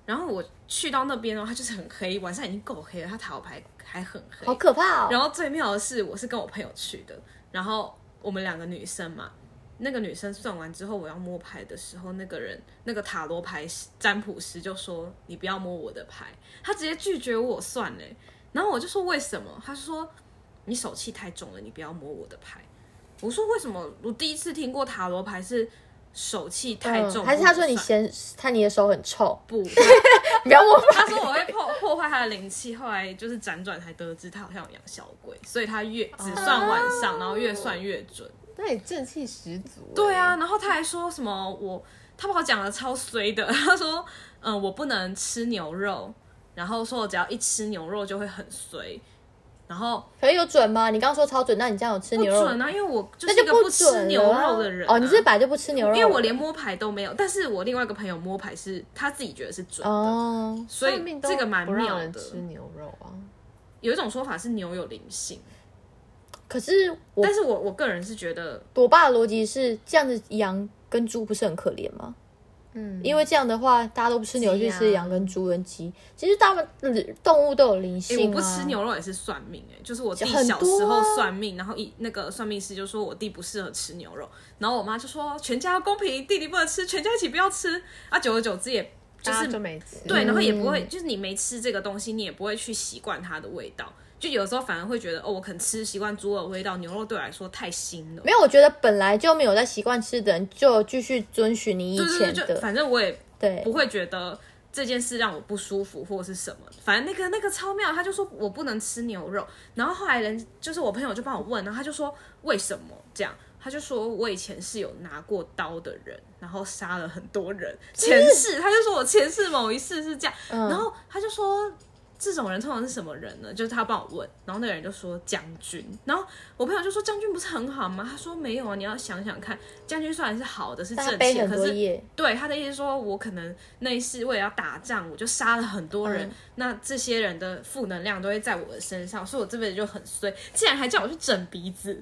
S2: 然后我去到那边哦，它就是很黑，晚上已经够黑了，它塔罗牌还很黑，
S1: 好可怕哦！
S2: 然后最妙的是，我是跟我朋友去的，然后我们两个女生嘛，那个女生算完之后，我要摸牌的时候，那个人那个塔罗牌占卜师就说：“你不要摸我的牌。”他直接拒绝我算嘞，然后我就说为什么？他说：“你手气太重了，你不要摸我的牌。”我说：“为什么？我第一次听过塔罗牌是手气太重，
S1: 嗯还是他说你
S2: 不能算
S1: 嫌他你的手很臭， <laughs>
S2: 不？”
S1: 你不要摸。
S2: 他说我会破破坏他的灵气，后来就是辗转才得知他好像有养小鬼，所以他越只算晚上，然后越算越准。
S3: 那你正气十足、欸。
S2: 对，啊，然后他还说什么我他把我讲的超衰的，他说嗯我不能吃牛肉，然后说我只要一吃牛肉就会很衰，然后
S1: 可是有准吗？你刚刚说超准，那你这样有吃
S2: 不
S1: 牛肉？
S2: 准啊，因为我就
S1: 那
S2: 是一
S1: 就
S2: 个
S1: 不
S2: 吃
S1: 准
S2: 牛
S1: 了啊
S2: 肉的人啊、
S1: 哦，你是本来就不吃牛肉，
S2: 因为我连摸牌都没有，但是我另外一个朋友摸牌是他自己觉得是准的，
S1: 哦，
S2: 所以这个蛮
S3: 不让
S2: 妙
S3: 人
S2: 的。
S3: 吃牛肉啊。
S2: 有一种说法是牛有灵性。
S1: 可是我
S2: 但是我我个人是觉得，
S1: 我爸的逻辑是这样子，羊跟猪不是很可怜吗？
S3: 嗯，
S1: 因为这样的话，大家都不吃牛，
S3: 鸡
S1: 去
S3: 啊
S1: 吃羊跟猪跟鸡。其实他们动物都有灵
S2: 哎、
S1: 性、啊
S2: 我不吃牛肉也是算命、哎，就是我弟
S1: 很
S2: 小
S1: 多
S2: 时候
S1: 啊
S2: 算命，然后一那个算命师就说我弟不适合吃牛肉，然后我妈就说全家要公平，弟弟不能吃，全家一起不要吃。啊，久而久之也就
S3: 大
S2: 是
S3: 家就没吃。
S2: 对，
S1: 嗯
S2: 然后也不会，就是你没吃这个东西，你也不会去习惯它的味道。就有时候反而会觉得，哦，我可能吃习惯猪肉的味道，牛肉对我来说太腥了。
S1: 没有，我觉得本来就没有在习惯吃的人，就继续遵循你以
S2: 对对
S1: 前
S2: 对，就
S1: 的。
S2: 反正我也
S1: 对
S2: 不会觉得这件事让我不舒服或者是什么。反正那个那个超妙，他就说我不能吃牛肉，然后后来人就是我朋友就帮我问，然后他就说为什么这样。他就说，我以前是有拿过刀的人，然后杀了很多
S1: <laughs>
S2: 人。前世，他就说我前世某一世是这样，
S1: 嗯
S2: 然后他就说，这种人通常是什么人呢？就是他帮我问，然后那个人就说将军，然后我朋友就说将军不是很好吗？他说没有啊，你要想想看，将军虽然是好的，是
S1: 大家
S2: 挣
S1: 背
S2: 钱，
S1: 很
S2: 可
S1: 多
S2: 是
S1: 页，
S2: 对他的意思是说，我可能那一世为了要打仗，我就杀了很多人，
S1: 嗯
S2: 那这些人的负能量都会在我的身上，所以我这辈子就很衰，竟然还叫我去整鼻子，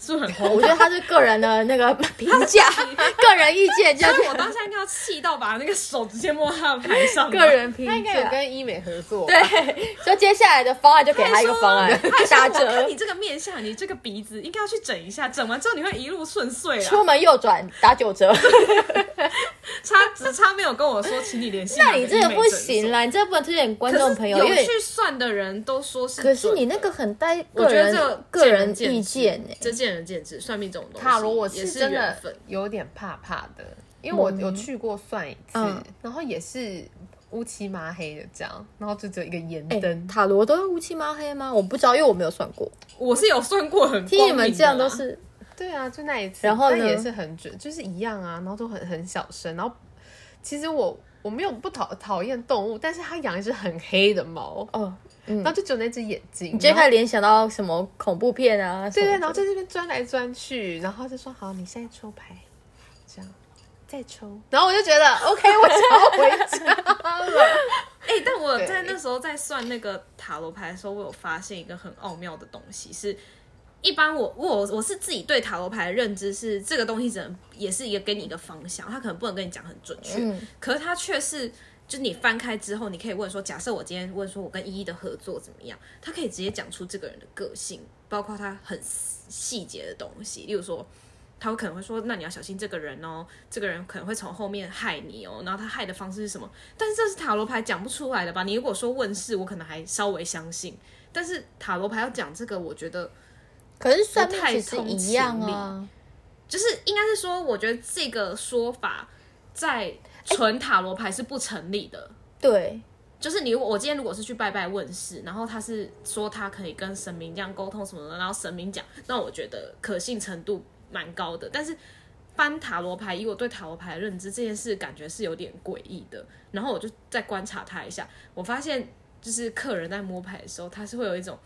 S2: 是不是很荒
S1: 我 <laughs> 觉得他是个人的那个评
S2: <laughs>
S1: 价，个人意见就
S2: 但是
S1: 是
S2: 我当下应该要气到把那个手直接摸他的牌上吧，
S1: 个人评
S3: 他应该有
S1: 价。
S3: 跟医美合作。对，
S1: <laughs> 所以接下来的方案就给他一个方案，打
S2: 我看
S1: 折
S2: 你，这个面相，你这个鼻子应该要去整一下，整完之后你会一路顺遂啊，
S1: 出门右转打九
S2: <laughs>
S1: 折。
S2: 差只差没有跟我说，请你联系哪
S1: 那
S2: 医
S1: 你
S2: 美
S1: 这
S2: 诊所。
S1: 个不行啦，你这不能推荐给观
S2: 可
S1: 众
S2: 是
S1: 朋友，
S2: 有
S1: 因为
S2: 去算的人都说是准的，
S1: 可是你那个很带
S2: 我
S1: 个
S2: 觉得
S1: 人
S2: 这个
S1: 个
S2: 见
S1: 人
S2: 仁见
S1: 意
S2: 智
S1: 见欸呢、
S2: 这见仁见智，算命这种东西，
S3: 塔罗我
S2: 也
S3: 是
S2: 是
S3: 真
S2: 缘
S3: 的
S2: 分
S3: 有点怕怕的，因为我
S1: 嗯
S3: 有去过算一次，
S1: 嗯
S3: 然后也是乌漆麻黑的这样，然后就只有一个盐
S1: 哎、
S3: 灯。
S1: 塔罗都是乌漆麻黑吗？我不知道，因为我没有算过。
S2: 我是有算过很，
S1: 听你们这样都，是
S3: 对啊，就那一次，
S1: 然后呢
S3: 但也是很准，就是一样啊，然后都很很小声，然后其实我我没有不讨讨厌动物，但是他养一只很黑的猫，
S2: 啊
S1: 哦，嗯
S3: 然后，就只有那只眼睛，
S1: 你就开
S3: 然后
S1: 始联想到什么恐怖片啊？
S3: 对对，
S1: 什么
S3: 然后
S1: 的
S3: 在这边钻来钻去，然后就说好，你现在抽牌，这样。再抽，然后我就觉得 OK，我想要回家了。
S2: 哎、但我
S3: 对
S2: 在那时候在算那个塔罗牌的时候，我有发现一个很奥妙的东西是。一般我我我是自己对塔罗牌的认知是这个东西只能也是一个给你一个方向，它可能不能跟你讲很准确，
S1: 嗯
S2: 可是它却是就是你翻开之后，你可以问说，假设我今天问说我跟依依的合作怎么样，他可以直接讲出这个人的个性，包括他很细节的东西，例如说他会可能会说，那你要小心这个人哦，这个人可能会从后面害你哦，然后他害的方式是什么？但是这是塔罗牌讲不出来的吧？你如果说问世，我可能还稍微相信，但是塔罗牌要讲这个，我觉得
S1: 可是算命其实一样啊，
S2: 就是应该是说，我觉得这个说法在纯塔罗牌是不成立的。
S1: 对，
S2: 就是你如果我今天如果是去拜拜问世，然后他是说他可以跟神明这样沟通什么的，然后神明讲，那我觉得可信程度蛮高的。但是翻塔罗牌，以我对塔罗牌的认知，这件事感觉是有点诡异的。然后我就再观察他一下，我发现就是客人在摸牌的时候，他是会有一种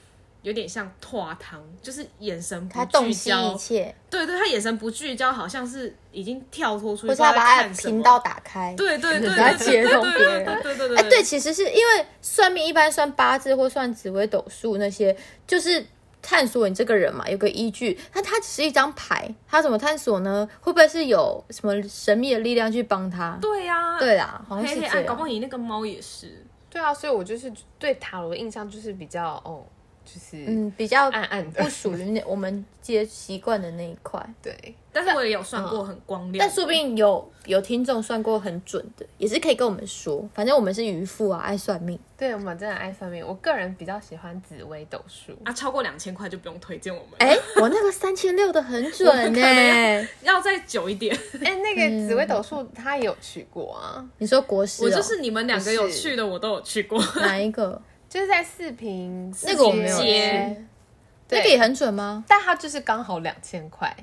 S2: 有点像拓汤，就是眼神
S1: 他
S2: 不
S1: 洞
S2: 聚
S1: 悉
S2: 焦
S1: 一，切，
S2: 对对，他眼神不聚焦，好像是已经跳脱出去，
S1: 或
S2: 不
S1: 是
S2: 知道
S1: 他
S2: 在
S1: 把他的
S2: 看什么
S1: 频道。打开。
S2: 对对对，
S1: 来
S2: 对
S1: 接
S2: 对
S1: 受
S2: 对
S1: 别人
S2: 对对对对
S1: 哎、对，其实是因为算命一般算八字或算紫微斗数那些，就是探索你这个人嘛，有个依据。那它只是一张牌，它怎么探索呢？会不会是有什么神秘的力量去帮他？
S2: 对呀，
S1: 对啦，好哦像是
S2: 黑
S1: 这
S2: 黑
S1: 样。
S2: 暗，啊搞不好你那个猫也是。
S3: 对啊，所以我就是对塔罗的印象就是比较哦，就是
S1: 嗯，比较
S3: 暗暗的，
S1: 不属于那我们接习惯的那一块。
S3: 对，
S2: 但是我也有算过很光亮，
S1: 但说不定有有听众算过很准的，也是可以跟我们说。反正我们是渔夫啊，爱算命。
S3: 对我们真的爱算命，我个人比较喜欢紫微斗数。
S2: 啊，超过两千块就不用推荐我们，
S1: 哎、我那个三千六的很
S2: <laughs>
S1: 准呢、
S2: 要再久一点。
S3: 哎、那
S1: 嗯
S3: 个紫微斗数他也有去过啊，
S1: 你说国师、哦，
S2: 我就是你们两个有
S3: 不是
S2: 去的，我都有去过。
S1: 哪一个？
S3: 就是在四平
S1: 那个我没有
S2: 四街
S1: 去，那个也很准吗？
S3: 但他就是刚好两千块。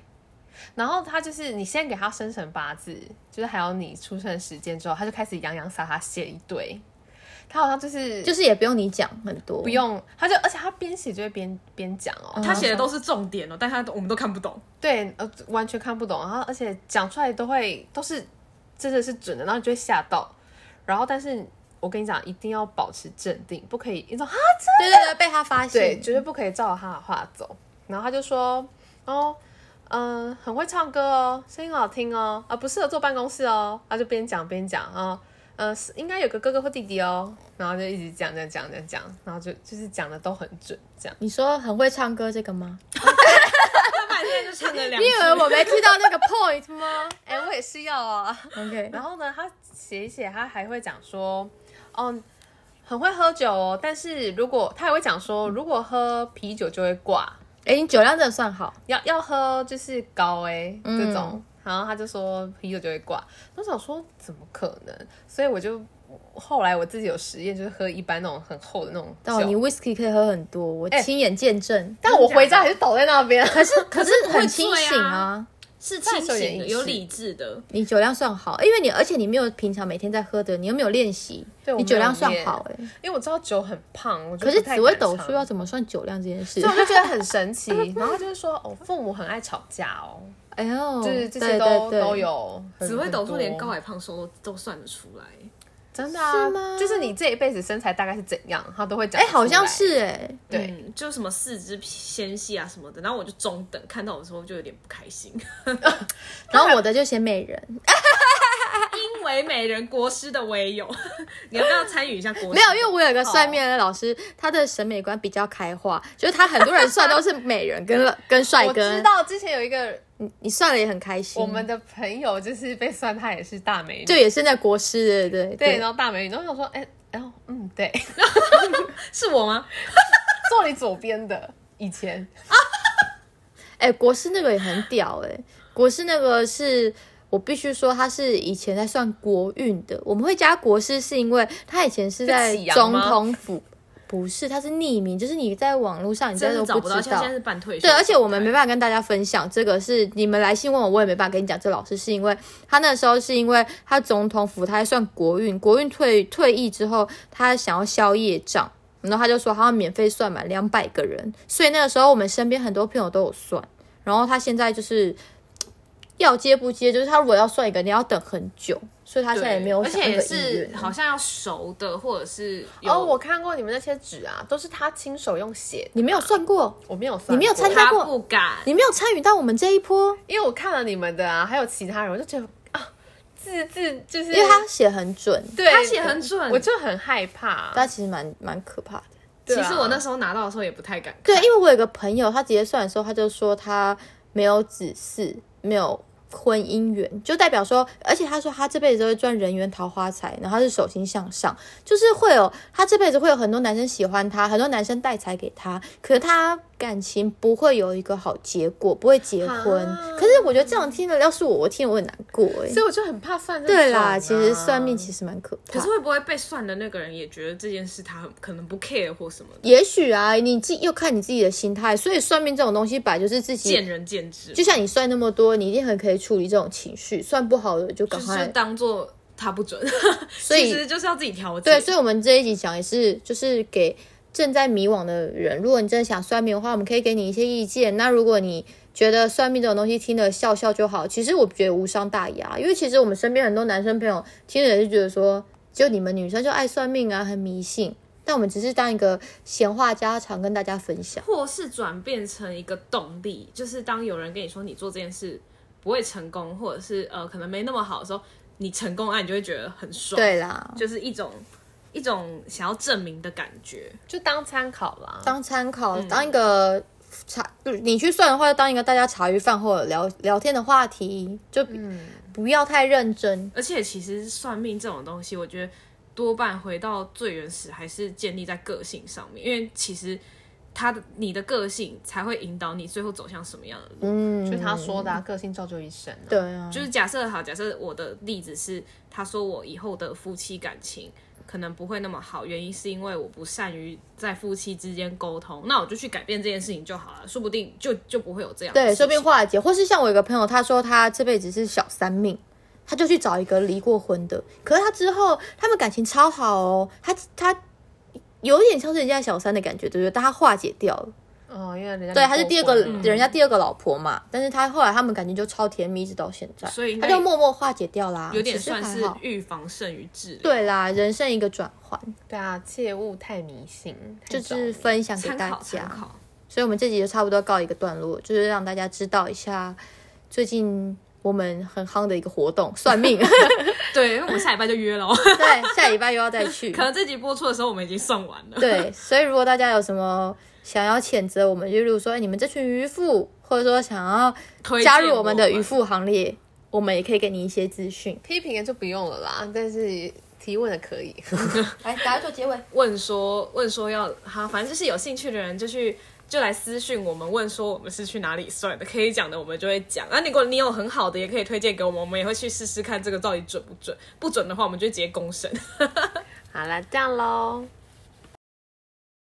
S3: 然后他就是你先给他生辰八字，就是还有你出生的时间之后，他就开始洋洋洒洒写一堆。他好像就是
S1: 就是也不用你讲很多，
S3: 不用，他就而且他边写就会边边讲
S1: 嗯
S3: 哦，
S2: 他写的都是重点哦，但他我们都看不懂。
S3: 对呃完全看不懂，然后而且讲出来都会都是真的是准的，然后你就会吓到。然后但是我跟你讲，一定要保持镇定，不可以一种啊
S1: 对对对，被他发
S3: 对，
S1: 现，
S3: 绝对不可以照着他的话走。然后他就说，哦，嗯、很会唱歌哦，声音很好听哦，啊，不适合坐办公室哦。他就边讲边讲啊，呃，是应该有个哥哥或弟弟哦。然后就一直讲讲讲讲讲，然后就就是讲的都很准，这样。
S1: 你说很会唱歌这个吗？
S2: 他反正就唱了
S1: <laughs>
S2: 两
S1: 你以为我没听到那个 point 吗
S3: 哎、我也是要啊。
S1: <laughs> ？OK，
S3: <laughs> 然后呢，他写一写，他还会讲说，哦，很会喝酒哦，但是如果他还会讲说，如果喝啤酒就会挂，
S1: 哎，你酒量真的算好，
S3: 要要喝就是高哎、
S1: 嗯
S3: 这种，然后他就说啤酒就会挂，我想说怎么可能？所以我就后来我自己有实验，就是喝一般那种很厚的那种
S1: 但你
S3: 酒，
S1: whisky 可以喝很多，我
S3: 哎
S1: 亲眼见证，
S3: 但我回家还是倒在那
S1: <laughs>
S3: 边，可是
S1: 可是很清醒啊。
S2: 是清
S3: 那时候也
S2: 醒的，
S3: 是
S2: 有理智的。
S1: 你酒量算好，因为你而且你没有平常每天在喝的，你又没有练习，
S3: 对我
S1: 你酒量算好哎、
S3: 因为我知道酒很胖，我就
S1: 可是
S3: 不太
S1: 紫微
S3: 敢
S1: 斗
S3: 尝
S1: 数要怎么算酒量这件事
S3: 所以？我就觉得很神奇。然后他就是说，哦，父母很爱吵架哦，
S1: <laughs> 哎呦，
S3: 就是这些
S1: 对
S3: 都
S1: 对对
S3: 都有很，
S2: 紫微斗数
S3: 很
S2: 连
S3: 多
S2: 高矮胖瘦都都算得出来，
S3: 真的啊
S1: 是吗
S3: 就是你这一辈子身材大概是怎样，他都会讲
S1: 哎、
S3: 得出来。
S1: 好像是哎、
S3: 对
S2: 嗯，就什么四肢纤细啊什么的。然后我就中等，看到我的时候就有点不开心， <laughs>
S1: 然后我的就写美人，
S2: 因为美人国师的我也有， <laughs> 你要不要参与一下国师？
S1: 没有，因为我有一个算命的老师，他的审美观比较开化，就是他很多人算都是美人跟跟帅
S3: 我知
S1: 哥，
S3: 道之前有一个
S1: 你算了也很开心。
S3: 我们的朋友就是被算他也是大美女，
S1: 就也是那国师，对对
S3: 对，然后大美女，然后我想说，哎、然后嗯，
S1: <laughs>
S3: 对，
S2: 是我吗？
S3: 坐你左边的，以前
S1: 哎、国师那个也很屌哎、国师那个是我必须说，他是以前在算国运的。我们会加国师，是因为他以前是在
S3: 是启阳
S1: 总
S3: 吗
S1: 统府，不是，他是匿名，就是你在网络上你
S2: 真
S1: 在
S2: 是
S1: 都
S2: 找不
S1: 知
S2: 到，像
S1: 道
S2: 现在。是半退休
S1: 对，
S2: 状态。
S1: 而且我们没办法跟大家分享这个是你们来信问我，我也没办法跟你讲。这老师是因为他那时候是因为他总统府他还算国运，国运退退役之后，他想要消业障，然后他就说他要免费算满两百个人，所以那个时候我们身边很多朋友都有算，然后他现在就是。要接不接，就是他如果要算一个，你要等很久，所以他现在
S2: 对，
S1: 也没有
S2: 而
S1: 想
S2: 且
S1: 那
S2: 也
S1: 个意愿
S2: 是。好像要熟的，或者是有
S3: 哦，我看过你们那些纸啊，都是他亲手用写的，
S1: 你没有算过，
S3: 我没有算过，
S1: 你没有参加
S2: 他
S1: 过
S2: 不敢，
S1: 你没有参与到我们这一波，
S3: 因为我看了你们的啊，还有其他人，我就觉得啊，字字就是
S1: 因为他写很准，
S3: 对
S2: 他写很准
S3: 我就很害怕。
S1: 但其实蛮蛮可怕的。
S3: 对
S2: 其
S3: 啊
S2: 实我那时候拿到的时候也不太敢
S1: 对，
S2: 看，
S1: 因为我有个朋友，他直接算的时候，他就说他没有子嗣，没有呃婚姻缘，就代表说，而且他说他这辈子都会赚人缘桃花财，然后他是手心向上，就是会有他这辈子会有很多男生喜欢他，很多男生带财给他，可是他感情不会有一个好结果，不会结婚。
S3: 啊
S1: 可是我觉得这样听了，要是我，我听了我会难过哎、
S3: 所以我就很怕算这种啊、
S1: 对啦，其实算命其实蛮可怕
S2: 可
S1: 的。
S2: 是会不会被算的那个人也觉得这件事他很可能不 care 或什么的，
S1: 也许啊，你自己又看你自己的心态，所以算命这种东西本来就是自己
S2: 见仁见智，
S1: 就像你算那么多，你一定很可以处理这种情绪，算不好的就赶
S2: 就是
S1: 快。
S2: 当做他不准，
S1: <laughs> 所以
S2: 其实就是要自己调整。
S1: 对，所以我们这一集讲也是，就是给正在迷惘的人，如果你真的想算命的话，我们可以给你一些意见。那如果你觉得算命这种东西听得笑笑就好，其实我觉得无伤大雅，因为其实我们身边很多男生朋友听了也是觉得说，就你们女生就爱算命啊，很迷信。但我们只是当一个闲话家常跟大家分享。
S2: 或是转变成一个动力，就是当有人跟你说你做这件事不会成功，或者是呃可能没那么好的时候，你成功啊，你就会觉得很爽，，
S1: 对啦，
S2: 就是一种一种想要证明的感觉。
S3: 就当参考啦。
S1: 当参考，
S2: 嗯
S1: 当一个茶，你去算的话，就当一个大家茶余饭后聊聊天的话题，就
S2: 嗯
S1: 不要太认真。
S2: 而且其实算命这种东西，我觉得多半回到最原始还是建立在个性上面，因为其实他的你的个性才会引导你最后走向什么样的路。
S1: 嗯，
S3: 就他说的、啊，个性造就一生、啊。
S1: 对啊，
S2: 就是假设好，假设我的例子是，他说我以后的夫妻感情可能不会那么好，原因是因为我不善于在夫妻之间沟通，那我就去改变这件事情就好了，说不定就就不会有这样的
S1: 对，
S2: 事
S1: 说不定
S2: 情
S1: 化解，或是像我有个朋友，他说他这辈子是小三命。他就去找一个离过婚的，可是他之后他们感情超好哦，他他有点像是人家小三的感觉，对不对？但他化解掉了，
S3: 哦，因为人家
S1: 对，他
S2: 嗯
S1: 是第二个嗯
S3: 离过婚嘛
S1: 人家第二个老婆嘛，但是他后来他们感情就超甜蜜，一直到现在，
S2: 所以应
S1: 他
S2: 该
S1: 就默默化解掉啦，
S2: 有点
S1: 其实
S2: 算
S1: 还
S2: 是
S1: 好
S2: 预防胜于治疗。
S1: 对啦，人生一个转换，
S3: 对啊，切勿太迷信，太
S1: 就是
S3: 着迷
S1: 分呃享给
S2: 参
S1: 大
S2: 考参
S1: 家。 <laughs>
S2: 考。
S1: 所以，我们这集就差不多告一个段落，就是让大家知道一下最近我们很夯的一个活动——算 <laughs> 命。
S2: 对，因为我们下礼拜就
S1: <laughs>
S2: 约了哦，
S1: 对，下礼拜又要再去
S2: 可。能这集播出的时候我们已经算完了。
S1: 对，所以如果大家有什么想要谴责我们，就例如说、哎你们这群渔夫，或者说想要
S2: 推荐
S1: 加入我们的渔
S2: 们
S1: 夫行列，我们也可以给你一些资讯。
S3: 批评的就不用了啦，但是提问的可以。 <laughs>
S1: 来，大家做结尾。
S2: 问说问说要哈，反正就是有兴趣的人就去就来私讯我们，问说我们是去哪里算的，可以讲的我们就会讲。啊那、如果你有很好的，也可以推荐给我们，我们也会去试试看这个到底准不准。不准的话，我们就直接公审。
S3: 好啦，这样喽，